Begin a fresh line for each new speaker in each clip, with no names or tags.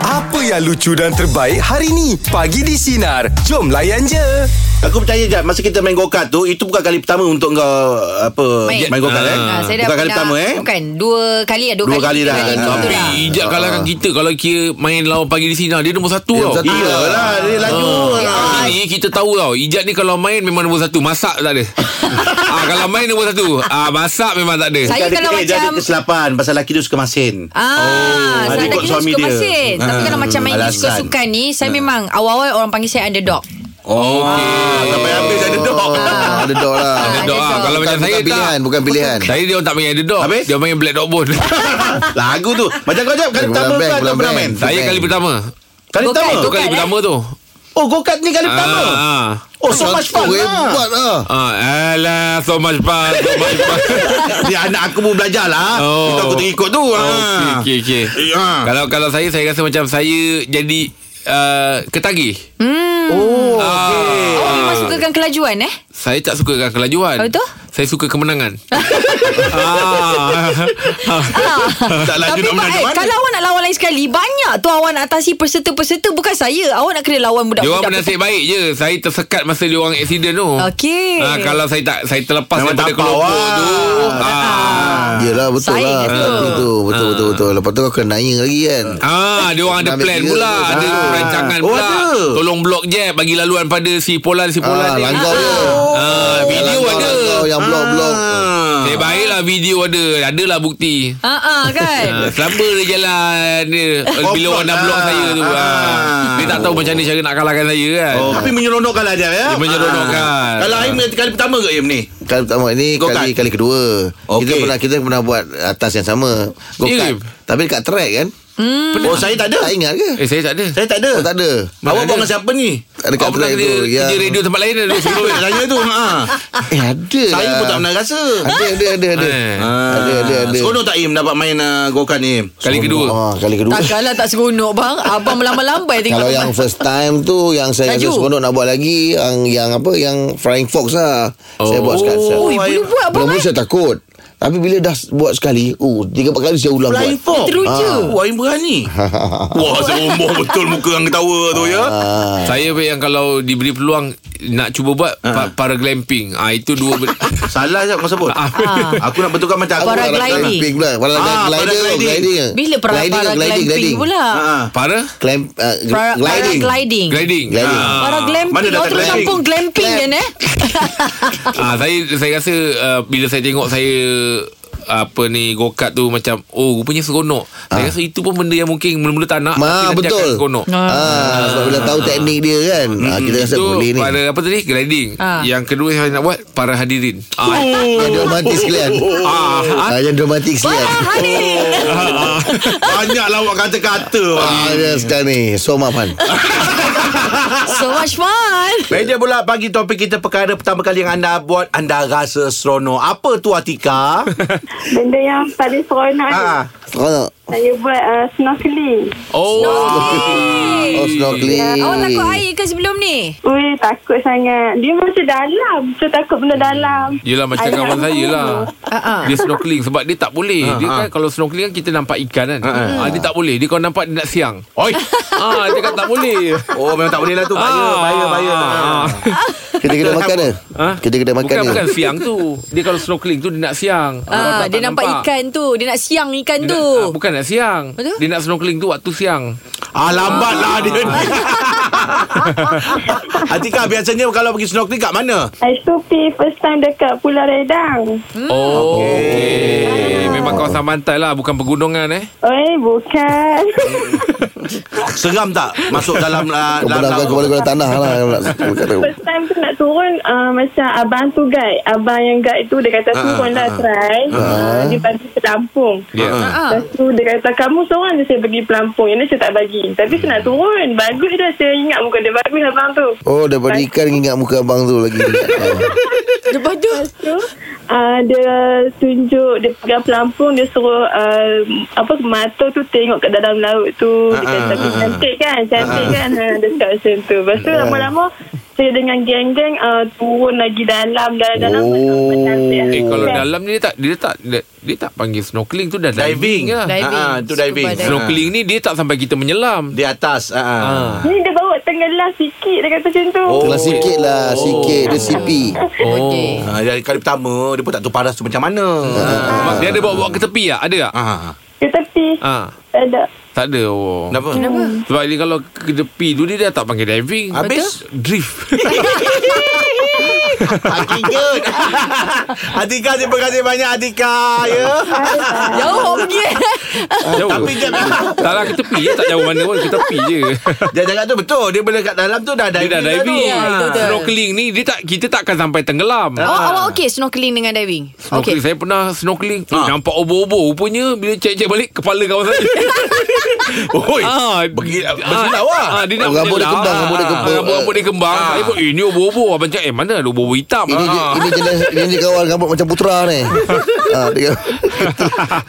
Apa yang lucu dan terbaik hari ni? Pagi di Sinar. Jom layan je.
Aku percaya je masa kita main go-kart tu itu bukan kali pertama untuk kau apa
Main.
main, main go-kart eh.
Ah, saya dah
bukan kali
pernah-
pertama eh.
Bukan Dua kali lah Dua,
Dua kali
tiga
dah.
ah,
macam tu
Tapi
lah.
Ah.
Ijak kalahkan kita Kalau kira main lawan pagi di sini ah, Dia nombor satu tau
Satu Iyalah dia laju. lah.
Ah, Ini kita tahu tau Ijat ni kalau main memang nombor satu Masak tak ada ah, Kalau main nombor satu ah, Masak memang tak ada
Dia
Saya
ada-
kalau
eh, dia ada
macam-
kesilapan pasal lelaki dia suka masin.
Ah, oh,
adik
sebab
kot
lagi
suami
suka
dia.
masin. Tapi
Ah,
kalau macam main
alasan.
suka-suka ni, saya memang awal-awal orang panggil saya underdog.
Oh, ah, sampai habis ada dok.
Ah, Ada dog
Ah,
lah
Underdog ah.
underdog.
Kalau
bukan,
macam saya
bukan pilihan
tak
Bukan pilihan
Saya dia orang tak main underdog
Habis?
Dia main black dog bone
Lagu tu. Macam kau jap kali
Bulan blank,
pertama kan
bulan
kau pernah
blank.
main.
Saya kali pertama
Kali
Go-kart,
pertama.
Tu
go-kart.
kali
eh?
pertama tu
Oh, go-kart ni kali pertama.
ah,
Oh, so much fun.
Rebat
lah.
lah
ah. Alah So much fun So much fun
Ni anak aku pun belajar lah.
Oh.
Itu aku terikut tu.
Oh,
Ah.
Okey okey. okey.
Ah.
Kalau kalau saya saya rasa macam saya jadi uh, ketagih.
Oh,
Ah.
okey.
Awak memang sukakan kelajuan eh?
Saya tak suka ke- kelajuan.
Apa tu?
Saya suka kemenangan. ah.
Tak laju
Tapi
nak
Mak,
menang
eh,
mana?
kalau awak nak lawan lain sekali, banyak tu awak nak atasi peserta-peserta bukan saya. Awak nak kena lawan
Dia
budak-budak.
orang bernasib baik je. Saya tersekat masa dia orang aksiden tu.
Okey.
Ah, kalau saya tak saya terlepas
Memang
daripada
tak apa,
kelompok
awak.
tu. Ah.
Yelah betul
Saing
lah
tu.
Tapi tu Betul betul betul Lepas tu kau kena naya lagi kan
Ah, dia orang ada
Ambil
plan
kira
pula,
tu.
ada
Ah.
perancangan
Oh,
pula.
ada.
Tolong blok je bagi laluan pada si Polan si Polan
Ah,
ni.
Langgau dia
Ah, video
Langgau,
ada.
langgau Yang Ah.
Ah.
blok-blok
Saya baiklah video ada Adalah bukti
Ah, ah, kan?
Ha, selamba dia jalan dia, Bila orang dah
lah.
blok saya tu ha.
Ah.
Dia tak tahu macam mana cara nak kalahkan saya kan
Oh, tapi menyeronokkan lah dia ya.
Dia menyeronokkan.
Ah. Kalau Aim kali pertama ke Aim ni?
Kali pertama ni
Go-kart.
kali kali kedua. Kita
Okey.
pernah kita pernah buat atas yang sama. Go
Ya
kart.
ke?
Tapi dekat track kan?
Oh, saya tak ada.
Tak ingat ke?
Eh saya tak ada
Saya tak ada.
Oh, tak ada.
Awak
ada.
buat dengan siapa ni?
Dekat
Awak pernah
track
kerja,
tu. ya.
kerja
yang-
radio tempat lain ada
Sebelum
sebelum
tanya tu. Ha.
Eh ada.
Saya
lah.
pun tak pernah rasa. Ah.
Ada ada ada ada.
Eh.
Ada ada ada.
Seronok tak Im dapat main uh, go-kart ni? Im?
Kali kedua
Ah, kali kedua.
Takkanlah tak seronok bang. Abang melambai-lambai tengok.
Kalau yang first time tu Yang saya rasa
Laju.
seronok nak buat lagi Yang yang apa Yang Flying Fox lah oh. Saya buat sekali
Ui,
Oh,
boleh
I-
buat abang.
Mula-mula
eh?
saya takut Tapi bila dah buat sekali uh, Tiga empat kali saya ulang
Flying
buat
Fox.
Teruja.
Ah. Wah, Aim berani. Wah, serombong betul muka yang ketawa tu ya.
Ah.
Saya pun yang kalau diberi peluang Nak cuba buat
Ha.
pa- Paraglamping ah, Itu dua benda
Salah je kau sebut. Aku nak betulkan macam aku.
Para
nak-
gliding.
pula Para
Ah,
glider
paragliding.
gliding.
Bila para
Gliding,
para
gliding,
glamping
gliding.
pula.
Ah.
Para
Clamp, uh,
Para para
gliding.
gliding.
Gliding
Gliding.
Ah.
Para
Mana
glamping.
datang
Awak terus
gliding?
sambung glamping kan eh?
Ah saya saya rasa uh, bila saya tengok saya apa ni go-kart tu macam oh rupanya seronok. Saya rasa itu pun benda yang mungkin mula-mula tak nak
Ah. Ma,
tapi nanti akan
betul.
seronok.
Ah, sebab bila tahu teknik dia kan. Ah, kita rasa
itu
boleh ni.
pada apa tadi gliding.
Ah.
Yang kedua saya nak buat para hadirin. Ah,
Yang dramatik sekalian.
ah, ah.
Ah, yang dramatik sekalian.
Banyak lawak kata-kata.
Ah,
wah.
dia sekarang ni. So maafan.
So much fun.
Meja pula bagi topik kita perkara pertama kali yang anda buat anda rasa seronok. Apa tu Atika?
Benda yang paling seronok ha.
ha.
Seronok.
Saya buat uh, snorkeling
Oh.
Oh, snorkeling.
Awak takut air ke sebelum ni?
Ui takut sangat Dia macam dalam Betul takut benda dalam
Yelah macam
Alah,
kawan saya lah
Ah, ah.
Dia snorkeling Sebab dia tak boleh Dia kan kalau snorkeling kan Kita nampak ikan kan ah, Dia tak boleh Dia kalau nampak dia nak siang
Oi.
ah, Dia kan tak boleh
Oh memang tak boleh lah tu. Bahaya, bahaya, bahaya.
Ah.
Kita kena makan ke?
Ha?
Kita kena makan Oh,
bukan,
ke?
bukan siang tu Dia kalau snorkeling tu Dia nak siang Kalau
Ah,
tak-
dia
tak
nampak, ikan tu. Dia nak siang ikan
Dia
tu.
nak- ah, Bukan nak siang
Betul?
Dia nak snorkeling tu Waktu siang
Ah lambat lah dia ni. Atika biasanya kalau pergi snorkeling kat mana?
Itu pergi first time dekat Pulau Redang
Hmm.
Oh okay. Memang kawasan pantai lah Bukan pegunungan eh
Oi bukan
Seram tak masuk dalam uh,
Kau pernah kau boleh kena tanah lah. Kau nak- kau kena-
First time tu nak turun uh, Macam abang tu guide Abang yang guide tu Dia kata turun lah try uh, Dia pergi ke Lampung
yeah.
Ah.
Lepas tu dia kata kamu seorang je saya pergi pelampung Yang lain saya tak bagi Tapi saya nak turun Bagus dah saya ingat muka dia bagus abang tu
Oh, daripada ikan ingat muka abang tu lagi. Oh.
Lepas tu.
tu uh, dia tunjuk dia pegang pelampung dia suruh uh, apa mata tu tengok kat dalam
Ah, Eh.
laut tu dia kata uh, cantik kan cantik uh, kan ha, dia cakap macam tu lepas tu lama-lama saya dengan geng-geng uh, turun lagi dalam dalam-dalam
Oh.
Eh kalau
Kan?
dalam ni dia tak dia tak dia, dia tak panggil snorkeling tu dah diving,
Diving.
lah.
Diving.
Ah, ah, tu diving.
Scuba diving.
Snorkeling ni dia tak sampai kita menyelam.
Di atas. Ah. ah.
Ah.
Ni dia bawa tenggelam sikit Dia kata macam tu
Telah sikit lah Sikit Dia sipi
Oh.
Okey.
Ah, dari kali pertama dia pun tak tahu paras tu macam mana.
Ah. Dia ada bawa-bawa ke tepi tak? Ada tak?
Ah. ah.
Ke tepi
Ah.
Tak ada
Tak ada. Oh.
Kenapa?
Kenapa?
Sebab dia kalau ke tepi tu dia dah tak panggil diving.
Habis?
drift.
Atika. Atika terima kasih banyak Atika ya.
Jauh awak pergi eh.
Ah. jauh.
Tapi dia
tak lah ke tepi je, tak jauh mana pun ke tepi je.
dia cakap tu betul. Dia bila kat dalam tu dah
Dia
diving.
dah
tu.
diving.
Ya, betul, betul.
Snorkeling ni dia tak kita tak akan sampai tenggelam.
Awak awak okey snorkeling dengan diving?
Snorkeling
Okey.
okay. Saya pernah snorkeling ha.
Ah.
Nampak obo-obo Rupanya Bila cek-cek balik Kepala kawan saya
Oi.
ah,
Bagi- bersilau lah.
ah, Dia nak
Oh, rambut dia
bersilau.
kembang, rambut dia kembang.
Ah, Rambut-rambut dia kembang
Ah.
Saya pun eh, Ini obo-obo Abang cakap Eh mana ada obo-obo hitam Ah.
Ini je, ini jenis ini je kawan rambut macam putera ni. ha, dia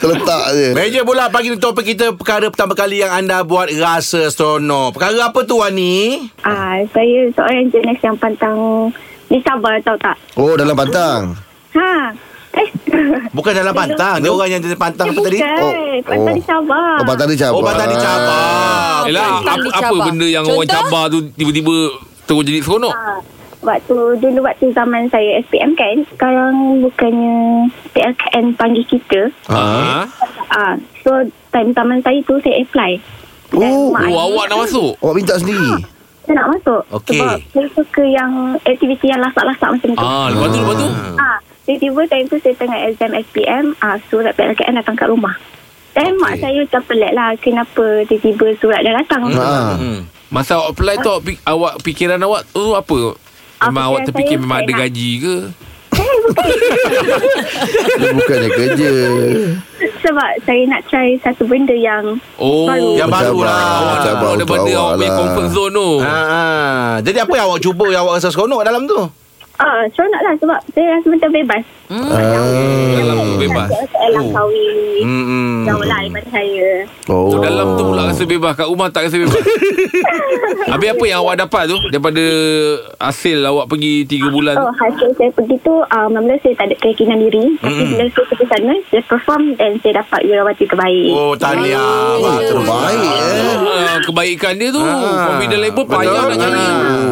terletak je.
Meja bola pagi ni topik kita perkara pertama kali yang anda buat rasa seronok. Perkara apa tu Wani?
Ah, saya seorang jenis yang pantang ni sabar tahu tak?
Oh dalam pantang.
Ha. Eh.
Bukan dalam pantang. Dia orang yang dia
Eh,
pantang apa tadi?
Bukan.
Oh,
Pantang
oh.
ni sabar.
Oh pantang dia cabar.
Oh, pantang dicabar.
Yelah
Bukan
apa,
dia
apa
cabar.
benda yang orang
Contoh?
cabar tu Tiba-tiba Terus jadi seronok
Ah, Waktu dulu waktu zaman saya SPM kan Sekarang bukannya PLKN panggil kita
ah.
ah, So time zaman saya tu saya apply Dan
Oh.
Ah.
mak
Oh
ayah
awak nak masuk
Awak minta sendiri.
Saya nak masuk
Okey.
Sebab saya suka yang aktiviti yang lasak-lasak macam tu
Ah, lepas tu, lepas tu
Ah, tiba-tiba time tu saya tengah exam SPM, ah, surat PLKN datang kat rumah. Dan okay. mak saya macam pelik lah kenapa tiba-tiba surat dah datang.
Ah.
Ha.
Hmm.
Masa awak apply tu awak, pik- awak Pikiran awak tu apa Memang
Ah,
awak
pikiran
terfikir
saya,
Memang
saya
ada
nak-
gaji ke
Dia bukannya kerja.
Sebab saya nak try satu benda yang
Oh
Baru.
Yang baru lah.
Mencabar, mencabar
Awak
untuk
daripada
awak
awak punya
lah.
comfort zone tu
Ah, jadi apa yang awak cuba yang awak rasa seronok dalam tu?
ah, seronok lah sebab saya rasa macam bebas.
Dalam tu bebas
Saya oh. kahwin, hmm.
Hmm.
jauh lah daripada saya.
Oh.
So dalam tu pula rasa bebas Kat rumah tak rasa bebas Habis apa yang awak dapat tu Daripada Hasil awak pergi 3 bulan tu
Oh, hasil saya pergi tu, ah, mula-mula saya tak ada keyakinan diri. Tapi bila saya pergi sana, saya perform dan saya dapat wirawati terbaik.
Oh,
Oh,
tahniah. Bagus.
Terbaik eh.
Ah, Kebaikan dia tu
Ah.
Confident level
Betul.
payah nak cari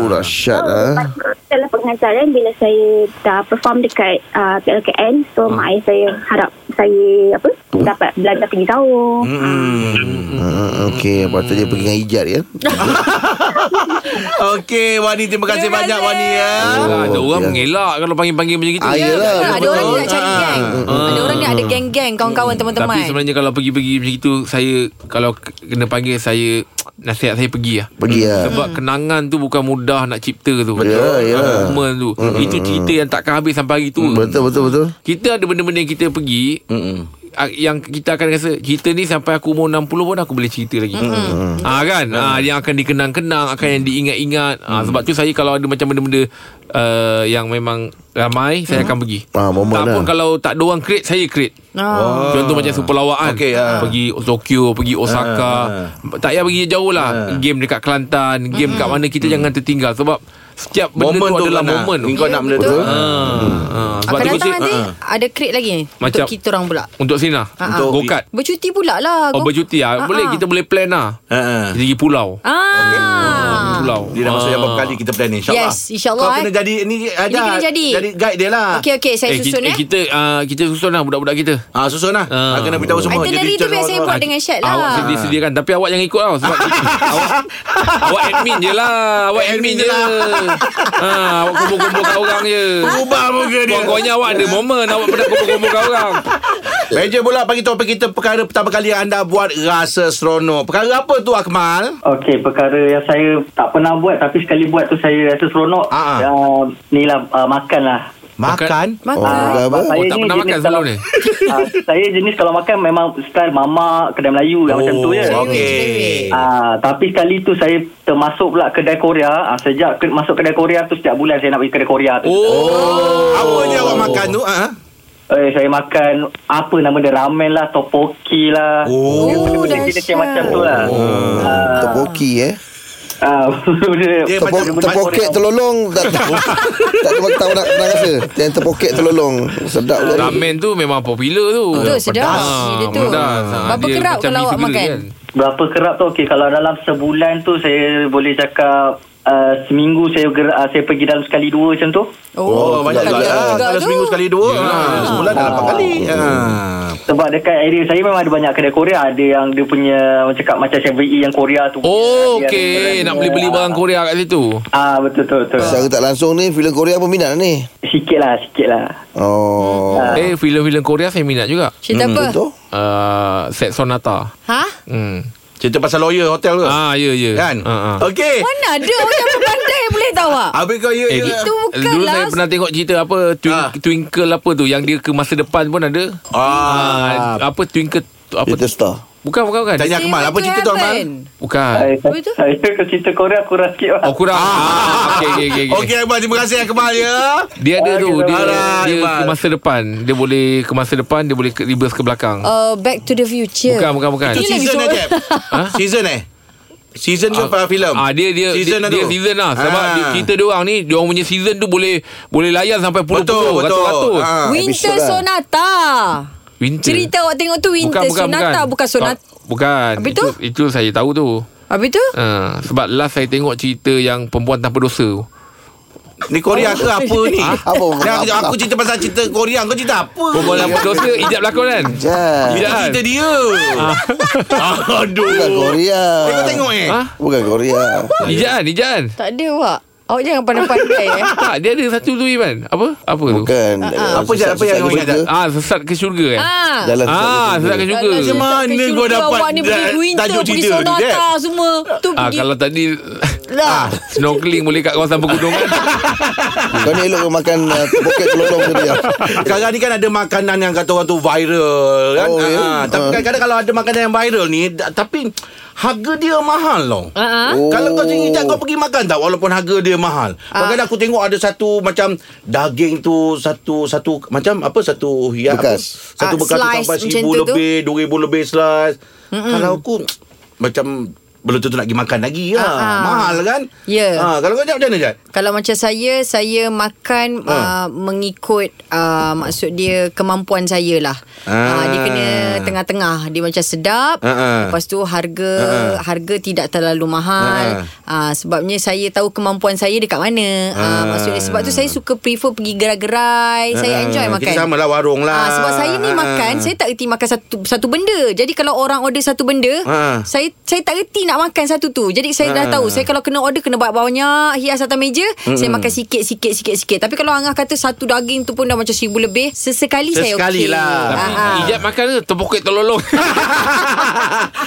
Oh dahsyat ah.
Lepas tu, Setelah pengajaran bila saya dah perform dekat uh, PLKN so mak ayah saya harap saya apa dapat belajar tinggi jauh. Ah,
Hmm.
Ha, Okey, patutnya pergi dengan ijat kan.
Okey, Wani terima kasih
Terima
banyak
kasih.
Wani ya.
Ah, Ada
Oh,
orang
ya.
mengelak Kalau panggil-panggil macam gitu
Ah, yelah.
Kan, ada
betul.
orang dia nak cari
Ah.
geng. Ada orang dia ada geng-geng kawan-kawan teman-teman.
Tapi sebenarnya kalau pergi-pergi macam itu Saya Kalau k- kena panggil saya Nasihat saya pergi lah
Pergi lah.
Sebab kenangan tu bukan mudah nak cipta tu
Ya, ya.
Ah, Momen tu Itu cerita yang takkan habis sampai hari
Mm.
tu
Betul betul betul.
Kita ada benda-benda yang kita pergi
Hmm.
ah, Yang kita akan rasa Cerita ni sampai aku umur 60 pun Aku boleh cerita lagi mm. ah, kan ah, Yang akan dikenang-kenang Akan yang diingat-ingat ah, Sebab tu saya kalau ada macam benda-benda uh, Yang memang ramai Saya akan pergi
Ah, momen
Tak
lah.
pun kalau tak ada orang create Saya create
Ah.
Ah. Contoh macam super lawaan
Okey, ah.
Pergi Tokyo Pergi Osaka Tak payah pergi jauh lah Game dekat Kelantan Game dekat mana Kita jangan tertinggal Sebab Setiap benda
Momen
tu
tu
adalah
kan,
momen
ah. Ni Kau nak benda tu.
betul.
ha. Ha. Sebab tu
Akan
kita
datang nanti ada crate lagi ni untuk
ah. Macam-
kita orang pula.
Untuk Sina
Ah, ah.
Untuk Gokat
Bercuti pula lah.
Oh
Go-
bercuti ah.
Ah,
Boleh
ah.
kita boleh plan lah
Ha, ha.
Kita pergi pulau
Ah.
Pulau
Dia dah masuk yang berapa kali kita plan ni InsyaAllah
Yes, insyaAllah,
Kau kena
eh.
jadi Ni ada
kena jadi.
Jadi guide dia lah
Okey okey saya
eh, kita,
susun
eh.
eh.
kita ah, kita susun lah budak-budak kita.
Ah, susun lah
Ah.
ah. Kena beritahu semua
Itinerary tu
Jadi
biar saya
contoh-
buat dengan Syed lah.
Awak sendiri sediakan tapi awak jangan ikut tau sebab awak, awak admin je lah. Awak admin,
Admin
je.
je lah.
ha, awak kumpul-kumpulkan orang je.
Ubah muka dia
Pokoknya awak ada momen awak pernah kumpul-kumpulkan orang.
Meja bola pagi topik kita Perkara pertama kali yang anda buat Rasa seronok Perkara apa tu Akmal?
Okey, perkara yang saya tak pernah buat tapi sekali buat tu saya rasa seronok.
Ah, ah.
Uh, ni lah, uh, makan lah. Ah,
Makan
Oh,
Maka.
dah apa?
Oh, tak pernah makan sebelum ni?
uh, saya jenis kalau makan memang style mamak, kedai Melayu yang macam tu ya.
Oh, Okey
Ah, tapi sekali tu saya termasuk pula kedai Korea. Ah, sejak ke, masuk kedai Korea tu setiap bulan saya nak pergi kedai Korea tu.
Oh.
Apa je awak makan tu? Ah.
Eh, saya makan apa nama dia ramen lah, topoki lah.
Oh.
Dia benda-benda kira-kira
dahsyat.
macam tu lah.
Oh, Topoki eh.
Ah, benda-
Dia
Terpo-
macam-
terpoket terlolong tak tak tak tahu tak nak nak rasa. Yang terpoket terlolong sedap tu.
Oh, Ramen tu memang popular tu.
Betul, sedap. Dia tu.
Ah,
Berapa
dia
kerap
macam
kalau awak
beef gila kan.
makan?
Berapa kerap tu okey kalau dalam sebulan tu saya boleh cakap uh, seminggu saya gerak, uh, saya pergi dalam sekali dua macam tu.
Oh, banyak
kali
juga lah.
juga
Kalau
tu.
seminggu sekali dua,
Ya.
ha, sebulan dah lapan kali. Ha.
Sebab dekat area saya memang ada banyak kedai Korea ada yang dia punya macam cakap macam 7E yang Korea tu.
Oh, okey. Nak beli-beli barang Korea kat situ.
Ah betul betul betul.
Secara tak langsung ni filem Korea pun minat ni.
Sikit lah sikit lah.
Oh.
Ah.
Eh, filem-filem Korea saya minat juga.
Cerita apa?
Betul?
Uh, set Sonata.
Ha?
Hmm.
Cerita pasal lawyer hotel ke?
Ah, ya, ya.
Kan?
Ah, ah.
Okey.
Mana ada orang yang pandai boleh tahu ah?
Habis kau ya.
Eh,
ya.
Itu bukanlah.
Dulu saya pernah tengok cerita apa twink,
Ah.
Twinkle apa tu Yang dia ke masa depan pun ada
Ah.
Ah, Apa Twinkle tu- apa
Kita star.
Bukan bukan bukan
Tanya Akmal, apa cerita tu Akmal?
Bukan
Saya,
Apa itu?
saya kalau cerita Korea kurang sikit lah.
Oh kurang ah. okay, okay, okay, okay.
Okey, Akmal. Terima kasih, Akmal, ya.
Dia ada
Ah,
tu
kita
Dia,
marah,
dia
Akmal.
ke masa depan Dia boleh ke masa depan Dia boleh ke, reverse ke belakang
Uh, back to the future.
Bukan bukan bukan
Ini
Itu
lagi
season eh,
soal.
Jeb? Season eh? Season ke pada filem?
Ha? Ah dia dia
season
dia,
lah
dia
tu.
season lah sebab
Ah.
dia, kita dia orang ni dia orang punya season tu boleh boleh layan sampai
Betul,
puluh-puluh
betul.
ratus-ratus.
Ha.
Winter
episode lah.
Sonata.
Winter.
Cerita awak tengok tu Winter Sonata bukan, Sonata.
Tak, Ah, bukan.
Habis
itu,
tu?
itu saya tahu tu.
Habis tu?
Uh, sebab last saya tengok cerita yang perempuan tanpa dosa tu.
Ni Korea ke apa ni?
Ha?
Apa?
Dah, aku,
Apa?
aku cerita pasal cerita Korea. Kau cerita apa?
Perempuan tanpa dosa ijab lakon kan?
Jan.
Itu
Ijab kan?
cerita dia.
Ah.
Aduh.
Bukan Korea.
Eh, kau tengok eh.
Ha?
Bukan Korea.
Ijab kan? Ijab kan?
Tak ada awak. Awak jangan pandai-pandai eh.
Tak, dia ada satu tu Iman. Apa? Apa tu?
Bukan.
Ah, Apa, Jad? Apa yang kau ingat, Jad?
Ah, sesat ke syurga kan?
Ah.
Jalan
Ah, sesat ke
sesat
syurga.
Macam
mana
mana
kau
kau
dapat
dapat Awak ni pergi
da-
winter
tajuk eh?
Pergi
cerita ni,
sonata
Jeb?
semua Tu
Ah,
pergi
kalau tadi Ah,
lah
snorkeling boleh kat kawasan pegunungan.
Kau ni elok kau makan ah, terpoket terlolong tadi. ah.
Sekarang ni kan ada makanan yang kata orang tu viral kan.
Oh, ya?
Ah, Tapi
Ah.
kadang-kadang kalau ada makanan yang viral ni da- tapi harga dia mahal loh.
Ah, ah.
Oh.
Kalau kau sendiri tak kau pergi makan tak walaupun harga dia mahal.
Ah.
Kadang-kadang aku tengok ada satu macam daging tu satu satu macam apa satu ya
Bekas.
apa satu
Ah,
bekas tu
slice
sampai
macam
1000
tu tu.
lebih, 2000 lebih slice. Kalau aku macam belum tentu nak pergi makan lagi lah.
Ah, ah.
Mahal kan?
Ya.
Ah, kalau kau jawab macam mana Jad?
Kalau macam saya Saya makan
Ha.
uh, Mengikut uh, Maksud dia Kemampuan saya lah
Ah.
uh, Dia kena Tengah-tengah Dia macam sedap
Ah, ah.
Lepas tu harga
Ha,
Harga tidak terlalu mahal uh, Sebabnya saya tahu Kemampuan saya dekat mana uh,
Ah.
Maksudnya Sebab tu saya suka prefer Pergi gerai-gerai Saya enjoy makan
Ha, Kita sama lah warung lah.
Ah, sebab saya ni
Ah,
makan,
ah.
saya tak erti makan satu satu benda. Jadi kalau orang order satu benda,
Ah.
saya saya tak erti nak makan satu tu. Jadi saya
Ha.
dah tahu, saya kalau kena order kena buat banyak hias atas meja, saya makan sikit sikit sikit sikit. Tapi kalau Angah kata satu daging tu pun dah macam seribu lebih, sesekali, saya
Sesekali
okey.
lah.
Ah, ah.
Ijab makan tu terpoket terlolong.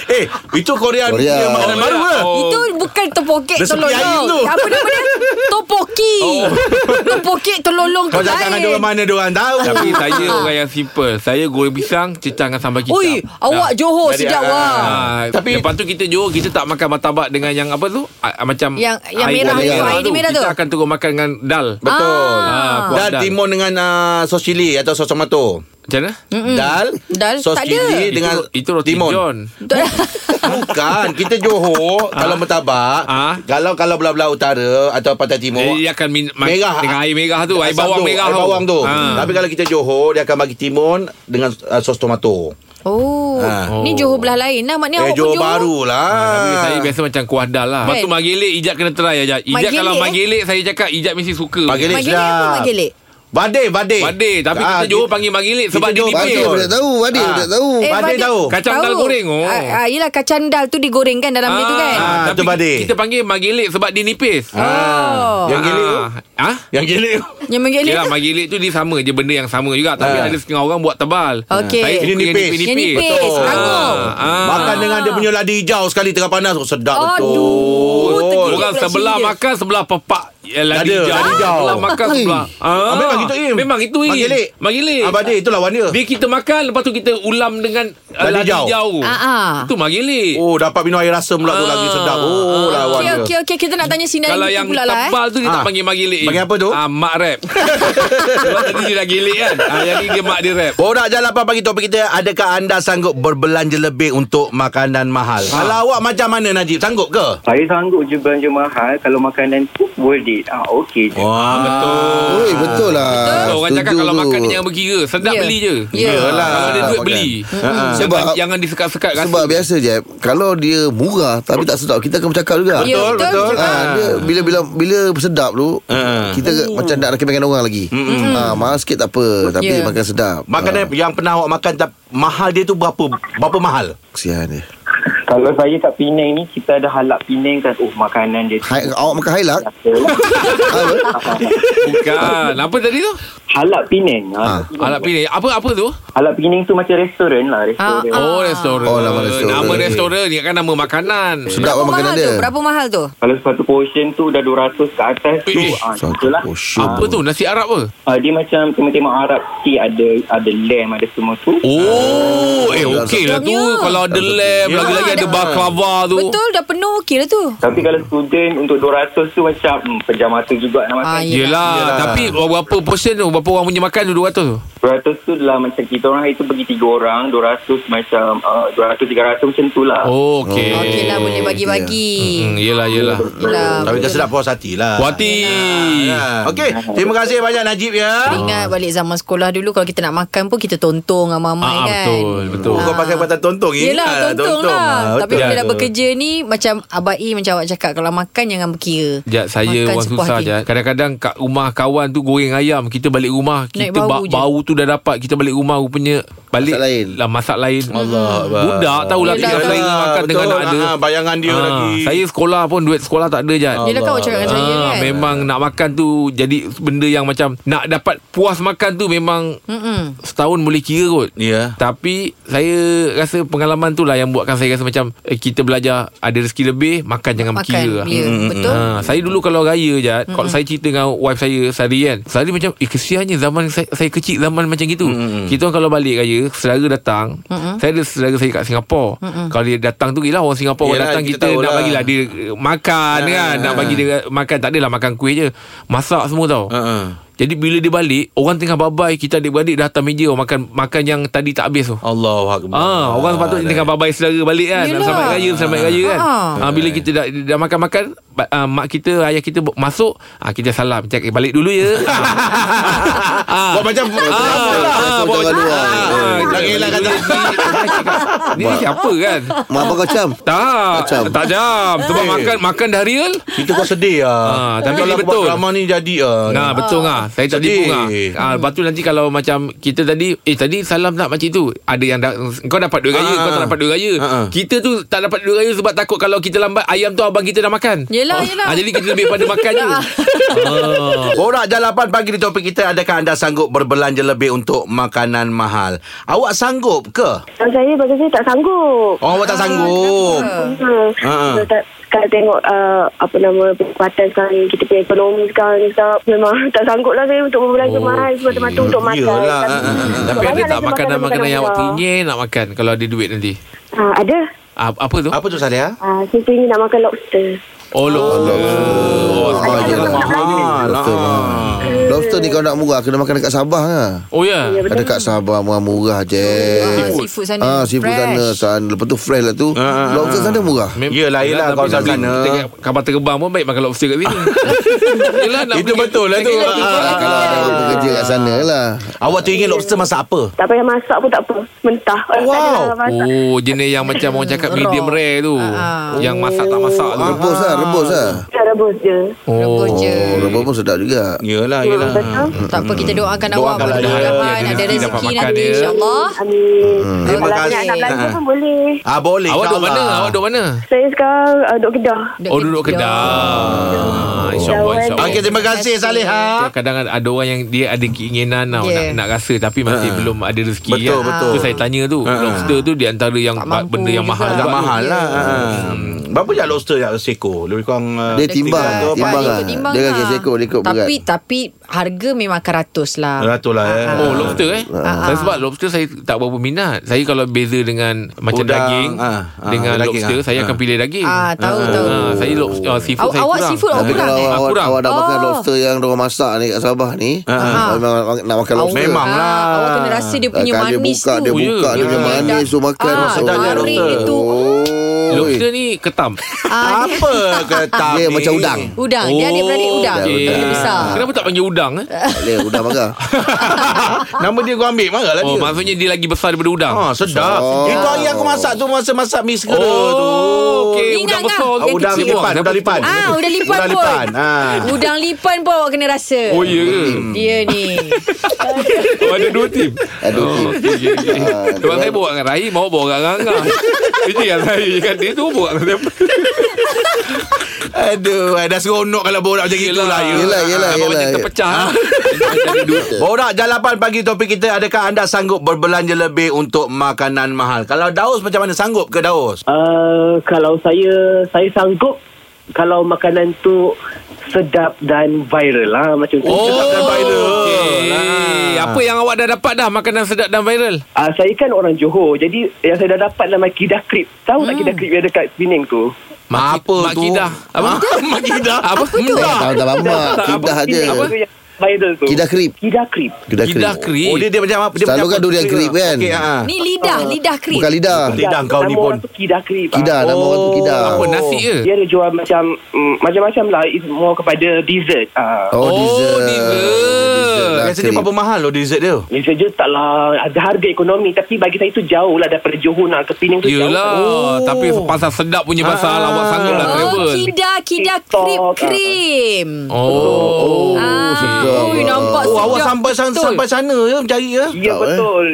eh, itu Korea,
Korea.
Korea. makanan
Oh,
baru
ya.
lah.
Oh.
Itu bukan terpoket
Resepi air
terlolong.
tu.
Apa nama dia? Topoki. Oh. Topoki terlolong tu
Kau cakap dengan
lain.
diorang mana diorang tahu.
Ah.
Tapi saya orang yang simple. Saya goreng pisang, cecah dengan sambal kicap.
Ui, awak Johor
Dari-
sejak
ah.
wah.
Ah,
Tapi-
tapi lepas tu kita Johor kita tak makan martabak dengan yang apa tu? Ah, macam
Yang- yang merah
tu,
air dia merah tu.
Kita akan turun makan dengan dal.
Betul.
Ah, kuah
Dal timun dengan uh, sos cili atau sos tomato.
Macam mana?
Dal,
Dal,
sos
tak ada.
cili dengan
itu, itu roti
timun.
john.
Bukan, kita Johor kalau mertabak,
Ah.
kalau kalau belah-belah utara atau pantai timur.
Jadi dia akan min, ma-
Merah.
dengan air merah tu, air
asam
bawang merah
air bawang tu.
Ah.
Tapi kalau kita Johor dia akan bagi timun dengan uh, sos tomato.
Oh,
Ah.
ni Johor belah lain lah. Maknanya
eh
awak pun
Johor
Johor.
barulah.
Ah, Tapi saya biasa macam kuah dal lah. Lepas tu
Kan?
magelik Ijat kena try Ijat. Ijat
Margelik,
kalau
eh?
magelik saya cakap Ijat mesti suka.
Magelik
Magelik apa
sedap.
magelik?
Badai, badai.
Badai. Tapi kita Johor panggil magelik sebab dia
Badai
nipis.
pun tak tahu. Badai pun
Ah.
tak tahu.
Eh, Badai tahu.
Kacang dal goreng, oh.
Ah, ah, yelah kacang dal tu digoreng kan dalam dia tu kan.
Ah,
tapi
tu badai.
Kita panggil magelik sebab dia nipis.
Oh.
Yang gelik tu?
Ah?
Ah. Yang gelik tu?
Yang menggelik.
Yelah magelik tu dia sama je benda yang sama juga tapi
Ah.
ada setengah orang buat tebal.
Okey.
Saya
Ini
suka yang
nipis.
Yang
nipis-nipis.
nipis.
Betul.
Rangup.
Ah.
Makan dengan dia punya lada hijau sekali tengah panas. Oh, sedap betul.
Aduh, tergigit
Orang
pula
sebelah
sini dia.
makan sebelah pepak eh,
Lada,
ladi hijau.
lada hijau.
Sebelah makan
Ai.
sebelah.
Ah, memang gitu, Im.
Memang gitu Im.
Magelik.
Magelik.
Ah, badai, itulah warna.
Dia kita makan lepas tu kita ulam dengan uh, ladi
hijau.
hijau. jauh.
Ah, ah.
Itu magilik.
Oh dapat minum air asam pula tu
Ah.
lagi sedap. Oh lah
Okey,
dia.
okey, okey. Kita nak tanya sinar
Kalau
ini
yang
pula lah eh.
tebal tu dia
Ah.
tak panggil magilik.
Panggil apa tu?
Ah, mak rap. Sebab tadi dia dah gilik kan. Ah, jadi dia mak dia rap.
Borak jalan apa bagi topik kita Adakah anda sanggup berbelanja lebih Untuk makanan mahal
Ah.
ha. Kalau awak macam mana Najib Sanggup ke?
Saya sanggup je belanja mahal kalau makanan tu worth it. Ah, okey
Oh.
je.
Wah
Betul.
Oi, betul lah.
So, orang
Setuju
cakap kalau
tu.
makan ni jangan berkira. Sedap
Ya.
beli je.
Ya.
Yalah. Kalau ada duit
Makan. Ha,
beli. Jangan,
Sebab-
jangan disekat-sekat rasa.
Sebab biasa je Kalau dia murah Tapi tak sedap Kita akan bercakap juga
Ya, betul, betul.
Ha, dia bila bila bila sedap tu
Ha.
kita macam nak recommend orang lagi. Ha, mahal sikit tak apa tapi
Ya.
makan sedap.
Makanan
Ah.
ha,
yang pernah awak makan tap, Mahal dia tu berapa Berapa mahal?
kesian dia.
Kalau saya kat Penang ni kita ada halak Penang kan. Oh makanan dia tu.
Hai, awak makan hailak?
Ya.
Apa?
Bukan. Ah, Apa tadi tu?
halak Penang.
Ah.
Halak Penang.
Alat pilih. Apa-apa tu?
Halak Penang tu macam restoran lah. Restoran.
Ah, ah.
Oh, restoran.
Oh, nama restoran.
Nama restoran. Ni kan nama makanan.
Berapa
Sedap lah makanan
mahal
dia.
tu? Berapa mahal tu?
Kalau satu portion tu dah 200 ke atas tu.
Eh,
Ah,
lah.
Satu oh,
itulah.
portion.
Apa tu? Nasi Arab ke?
Ah, dia macam tema-tema Arab sikit ada ada lamb ada semua tu.
Oh, eh okey lah tu.
sedapnya.
Kalau ada lem, lagi-lagi ada baklava tu.
Ya. Betul, dah penuh okey lah tu.
Tapi kalau student untuk 200 tu macam hmm, pejam mata juga nak makan.
Ah, ya.
Yelah, Tapi berapa portion tu? Berapa orang punya makan tu? 200 tu?
200 tu lah macam kita orang hari tu pergi tiga orang, 200 macam uh, 200 300 macam tu lah.
Oh, okey.
Okey lah, boleh bagi-bagi.
Hmm, yelah, yelah. Ah,
Yelah.
Tapi dia sedap puas hati
Ah,
lah
Wati.
ya.
Ha. Okey,
Ah.
terima kasih banyak Najib ya.
Ingat balik zaman sekolah dulu Kalau kita nak makan pun Kita tontong dengan mamai
Ah, ah,
kan
betul, betul.
Oh, kau pakai patah tontong ingat
Yelah tontong lah
Ha,
Tapi
Ah, betul.
bila
Ya,
dah
ah, betul.
bekerja ni Macam Abang E macam awak cakap Kalau makan jangan berkira
Jat, saya
Makan
Makan orang
sepuas
susah
hati.
Jat. Kadang-kadang kat rumah kawan tu goreng ayam. Kita balik rumah,
Naik
kita
bau
bau,
je.
bau tu dah dapat. Kita balik rumah rupanya balik.
Masak lain.
Lah, masak lain.
Allah Akbar.
Budak tahulah
Yelah.
kita sering makan
Betul.
dengan anak ada.
Ah, bayangan dia
Ah,
lagi.
Saya sekolah pun duit sekolah tak ada Jat.
Yelah kan awak cakap dengan saya
Ah,
kan
memang nak makan tu jadi benda yang macam nak dapat puas makan tu memang
Mm-mm.
setahun boleh kira kot.
Ya.
Tapi saya rasa pengalaman tu lah yang buatkan saya rasa macam eh, kita belajar ada rezeki lebih makan jangan
Makan
berkira. lah.
ya, Betul
Ha, saya dulu kalau raya je mm Kalau saya cerita dengan wife saya Sari kan Sari macam Eh kesiannya zaman saya, saya kecil Zaman macam gitu mm Kita orang kalau balik raya Saudara datang mm Saya ada saudara saya kat Singapura mm Kalau dia datang tu Yelah orang Singapura
Yelah,
Yelah, datang
kita
Kita, kita nak
tahulah.
bagilah dia eh, Makan kan Nak bagi dia makan Tak adalah makan kuih je Masak semua tau
Ha, ha.
Jadi bila dia balik Orang tengah babai Kita adik-beradik dah atas meja orang Makan makan yang tadi tak habis tu
Allahu akbar.
Ah, orang sepatutnya dengan babai saudara balik kan.
Yelah.
Yelah. Selamat raya, selamat raya kan.
Ah.
Ah. bila kita dah, dah makan-makan, ba- ah, mak kita, ayah kita bu- masuk, ah, kita salam. Cakap, eh, balik dulu ya. ah.
Buat macam lah.
Ah,
buat
jangan
macam-
luar.
Ah,
Tak
dia-
kira lah kata.
Dia ni siapa kan?
Mak abang kau cam.
Tak,
Macam.
tak jam. Sebab
Eh.
makan makan dah real.
Kita kau sedih ah.
Ah, tapi ni
Kalau aku buat
betul.
Drama ni jadi ah.
Nah betul ngah Saya tak
Sedih.
tipu ngah ah, Lepas tu nanti kalau macam Kita tadi Eh tadi salam tak macam tu Ada yang da- Kau dapat duit raya
Ah,
Kau
ah.
tak dapat duit raya
Ah, ah.
Kita tu tak dapat duit raya Sebab takut kalau kita lambat Ayam tu abang kita dah makan
Yelah, yelah.
ah, Jadi kita lebih pada makan je ah.
Borak jalapan pagi di topik kita Adakah anda sanggup berbelanja lebih untuk makanan mahal? Awak sanggup ke?
Kalau saya bagi saya tak sanggup.
Oh, awak tak sanggup. Ah.
Ha. So, tak, sekarang tengok uh, apa nama perkhidmatan sekarang ni, kita punya ekonomi sekarang ni sebab memang tak sanggup lah saya untuk berbelanja
Oh,
oh, mahal semata-mata untuk makan.
Yelah, ah,
Tapi-
ah, ah.
sebab
Tapi ada
banyak
tak
lagi
makanan-makanan yang awak
murah.
teringin nak makan Kalau ada duit nanti
Ah, ada.
ah, Apa tu?
Apa tu Salih? ah?
Ah, saya teringin nak makan lobster.
Oh, lo- oh,
Ah, jangan mahal. Lobster mahal. Lobster ni kalau nak murah kena makan dekat Sabah lah.
oh ya yeah.
Ada kat Sabah murah-murah je.
Ah, Seafood sana
Ah, seafood
Fresh.
sana, sana. Lepas tu fresh lah tu. Lobster sana murah.
Mem-
Yelah, yelah,
tapi-
kawasan
tapi
sana.
kita ingat Kapal terbang pun baik makan lobster kat sini Yelah, nak
Itu
pergi-
betul lah tu.
Yelah,
Ah,
Ah, kalau ada orang bekerja kat sana lah.
Awak tu ingin lobster masak apa?
Tak payah masak pun tak apa. Mentah. Orang
Wow.
tak ada lah masak.
Oh jenis yang macam orang cakap
Raw.
medium rare tu
Ah.
Yang masak tak masak tu
Rebus lah, rebus lah.
Kita rebus je.
Rebus je
Oh, rebus pun sedap juga.
Yelah, yelah. Hmm.
Betul?
Tak apa kita doakan awak
Doakanlah dia.
Mudah-mudahan
Ya,
ada
rezeki dapat
rezeki
makan
nanti
dia.
InsyaAllah
Amin.
Hmm. Terima
Kalau
kasih.
nak, nak belanja
Ah.
pun boleh.
Ah boleh.
Awak duduk mana?
insyaAllah.
Awak duduk mana?
Saya sekarang uh, duduk Kedah.
Oh duduk Kedah InsyaAllah insyaAllah
Okey, terima kasih Salihah.
Kadang-kadang ada orang yang Dia ada keinginan tau
Yeah.
nak, nak rasa Tapi masih belum ada rezeki
Ah. Betul,
kan
betul. Ah.
Tu saya tanya tu Lobster tu di antara yang
Tak mampu
Benda yang mahal
juga.
juga
Agak
tu.
mahal lah. Berapa je lobster yang seko? Lebih kurang uh,
Dia timbang,
tiga atau
timbang
empat?
lah. Dia kan kes ekor, dia ikut
Tapi
berat.
tapi harga memang akan ratus lah.
Ratus lah eh.
Oh lobster eh
Ah.
Saya Sebab lobster saya tak berapa minat Saya kalau beza dengan Macam
Udang,
daging
ah, ah,
Dengan
daging,
lobster
ah.
Saya
Ah.
akan pilih daging
Ah, tahu,
Ah,
tahu.
Saya lobster ah, Seafood
Awak-
saya
awak
kurang
seafood awak
Tapi
kurang
kalau
eh?
Ah,
awak,
kurang.
awak dah makan
Oh.
lobster yang orang masak ni kat Sabah ni,
Ah.
awak memang nak makan
Awak-
lobster.
Memang lah.
Awak kena rasa dia punya
Kan
manis
dia buka,
tu.
Dia buka, dia
Ya.
punya
Ya.
manis tu makan.
Ah,
rasa-
sedap dia
Oi.
lobster.
tu.
Lobster ni ketam
Ah, dia-
Apa ketam
Dia
ni?
macam udang.
Udang. Ha, Dia adik beradik udang.
okey.
Dia besar.
Oh, Kenapa tak panggil udang eh?
Tak boleh, udang marah.
Nama dia gua ambil marahlah
Oh Ah,
dia.
maksudnya dia lagi besar daripada udang
Ha, sedap.
Oh.
Itu hari aku masak tu masa masak mi
Oh
segera tu.
tu Okey
Ingat
udang
ngah?
besar
Ah,
yang
udang
kecil.
lipan,
Kenapa
udang
tu?
lipan.
Ah, udang lipan
Udang
pun.
lipan, ah.
Udang lipan pun awak kena rasa.
Oh ya ke
Dia ni.
Oh ada dua tim
Ada
Oh,
tim.
okey, okey, okey.
Ah,
Sebab
dia-
saya bawa dengan Rahim Awak bawa dengan Angah Itu yang saya Kan dia tu bawa dengan siapa
Aduh, eh, dah seronok kalau borak macam gitu lah. you.
Yelah, yelah,
Abang
yelah.
macam Ah, terpecah Ada dua
Borak jalapan pagi topik kita adakah anda sanggup berbelanja lebih untuk makanan mahal? Kalau Daus macam mana sanggup ke Daus?
Uh, kalau saya saya sanggup kalau makanan tu sedap dan viral lah macam tu.
Sedapkan viral.
Oh, okey.
Ah.
Apa yang awak dah dapat dah Makanan sedap dan viral
Uh, saya kan orang Johor. Jadi yang saya dah dapat lah Makidah Krip. Tahu tak Makidah Krip yang dekat Penang tu?
Mak-
apa
Mak
tu?
Kidah. Apa?
Ah, Mak Kidah.
Apa tu?
Tak tahu tak lama. Kidah aja.
Penang tu yang viral tu.
Kidah krip.
Kidah Krip.
Kidah kering
Oh, dia, dia macam apa? Dia
Selalu
macam
kan
apa?
durian krip kan?
Okey, ha.
Ni lidah, lidah krim.
Bukan lidah.
Lidah kau ni
Nama
pun.
orang tu Kidah Krip.
Kidah, nama orang tu kidah.
Apa Oh, nasi ke?
Oh.
Dia ada jual macam mm, macam-macam lah. It's more kepada dessert. Uh.
Oh,
Oh,
dessert.
dessert.
Dessert lah,
Biasanya
krip.
berapa mahal loh dessert dia?
Ya saja taklah ada harga ekonomi tapi bagi saya tu jauh lah daripada Johor nak ke Penang tu jauh.
Yelah oh. Tapi pasal sedap punya pasal Awak sanggup lah
Oh,
travel
kidah, kidah
TikTok,
krim,
ah.
krim. Ah.
Oh,
Oh, sedap.
Ui, nampak
Oh,
sedap.
awak sampai san-
betul.
sampai sana ya mencari ya?
Ya
Tak, eh.
betul.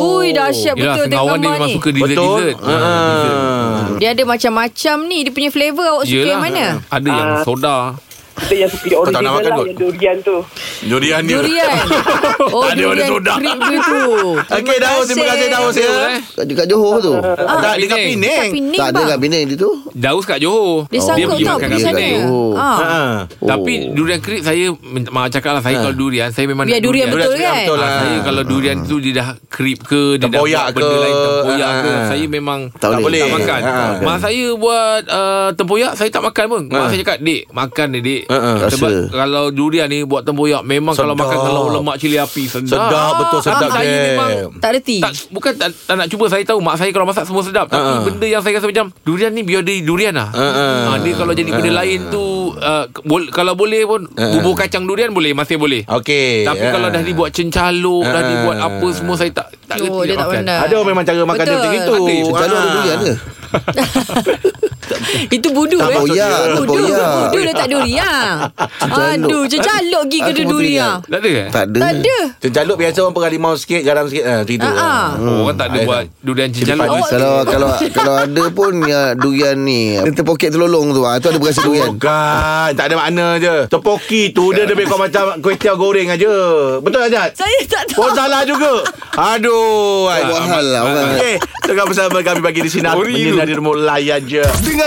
Ui, dahsyat
Yelah
betul tengok
Sengawan dia
gambar
memang
ni.
suka dessert-dessert
Ha.
Dia ada macam-macam ni. Dia punya flavour awak suka yang mana?
Ada yang
Ah.
soda
Kita yang suka
tak nak
original
makan
lah
kot.
yang durian tu.
Durian dia.
Durian. Oh,
Tak ada warna
durian
soda.
krim dia tu.
Okey Daus, terima kasih Daus ya.
Kat- Dekat Johor tu.
Ah, tak, dekat
eh? Penang.
Penang.
Tapi ni
Tak ada kat
bang.
Penang dia tu.
Daus kat Johor
Dia
Oh,
sanggup
pergi
tau
makan
pergi
kat
sana.
Penang
Oh.
Ah.
Ha.
Oh.
Tapi durian krip saya Mak cakap lah Saya kalau durian Saya memang
Biar
nak
durian betul
Durian
kan?
betul lah.
Ah, saya kalau durian tu dia dah krip ke dia
Tempoyak
dah buat benda
ke,
lain tempoyak ke
ah, ah.
saya memang
Tak boleh.
tak makan.
Ah, ah.
Mak saya buat uh, tempoyak saya tak makan pun. Mak
Ah.
saya cakap dek makan dek dek.
Ah, ah.
Sebab
Rasa.
kalau durian ni buat tempoyak memang kalau
Sedap.
makan kalau lemak cili api sedap.
Sedap betul
Tapi
sedap
saya
dia.
memang
Ah, Tak reti.
tak, bukan tak, tak nak cuba Saya tahu mak saya kalau masak semua sedap Tapi
Ah, ah.
benda yang saya rasa macam Durian ni biar dia durian lah
Ah, ah.
Ah, Dia kalau jadi benda lain tu uh, bol, Kalau boleh pun
Ah.
Bubur kacang durian boleh Masih boleh
Okey.
tapi
ah.
kalau dah dibuat cencaluk Dah
Ah.
dibuat apa semua Saya tak tak
Oh, dia
reti nak
tak
makan.
pandai.
ada orang memang cara makan dia
Betul.
macam itu.
Ada,
Calo ada durian ke?
Itu budu
Tak
eh.
boyak, tak
Budu,
boyak.
budu letak durian.
Cencaluk.
Aduh, cencaluk pergi
Aku
kedai
mau
durian.
teringat.
Tak ada eh?
Tak ada.
Tak ada.
Cencaluk biasa orang pakai limau sikit, garam sikit. Ha, macam itu.
Ah, ah.
Oh, orang tak ada
Ah,
buat durian cencaluk
panas.
eh?
Kalau kalau kalau ada pun ya, durian ni, letak poket terlolong tu. Ah tu ada berasa durian.
Bukan Oh, Tak ada makna je Topoki tu Dia lebih kurang macam Kuih tiaw goreng aja Betul Azad?
Saya tak tahu.
Pun salah juga Aduh
Buat
Azad.
hal lah orang.
Okey Tengah bersama kami Bagi di sini
Ori
Menyinari
tu.
dari rumah layan je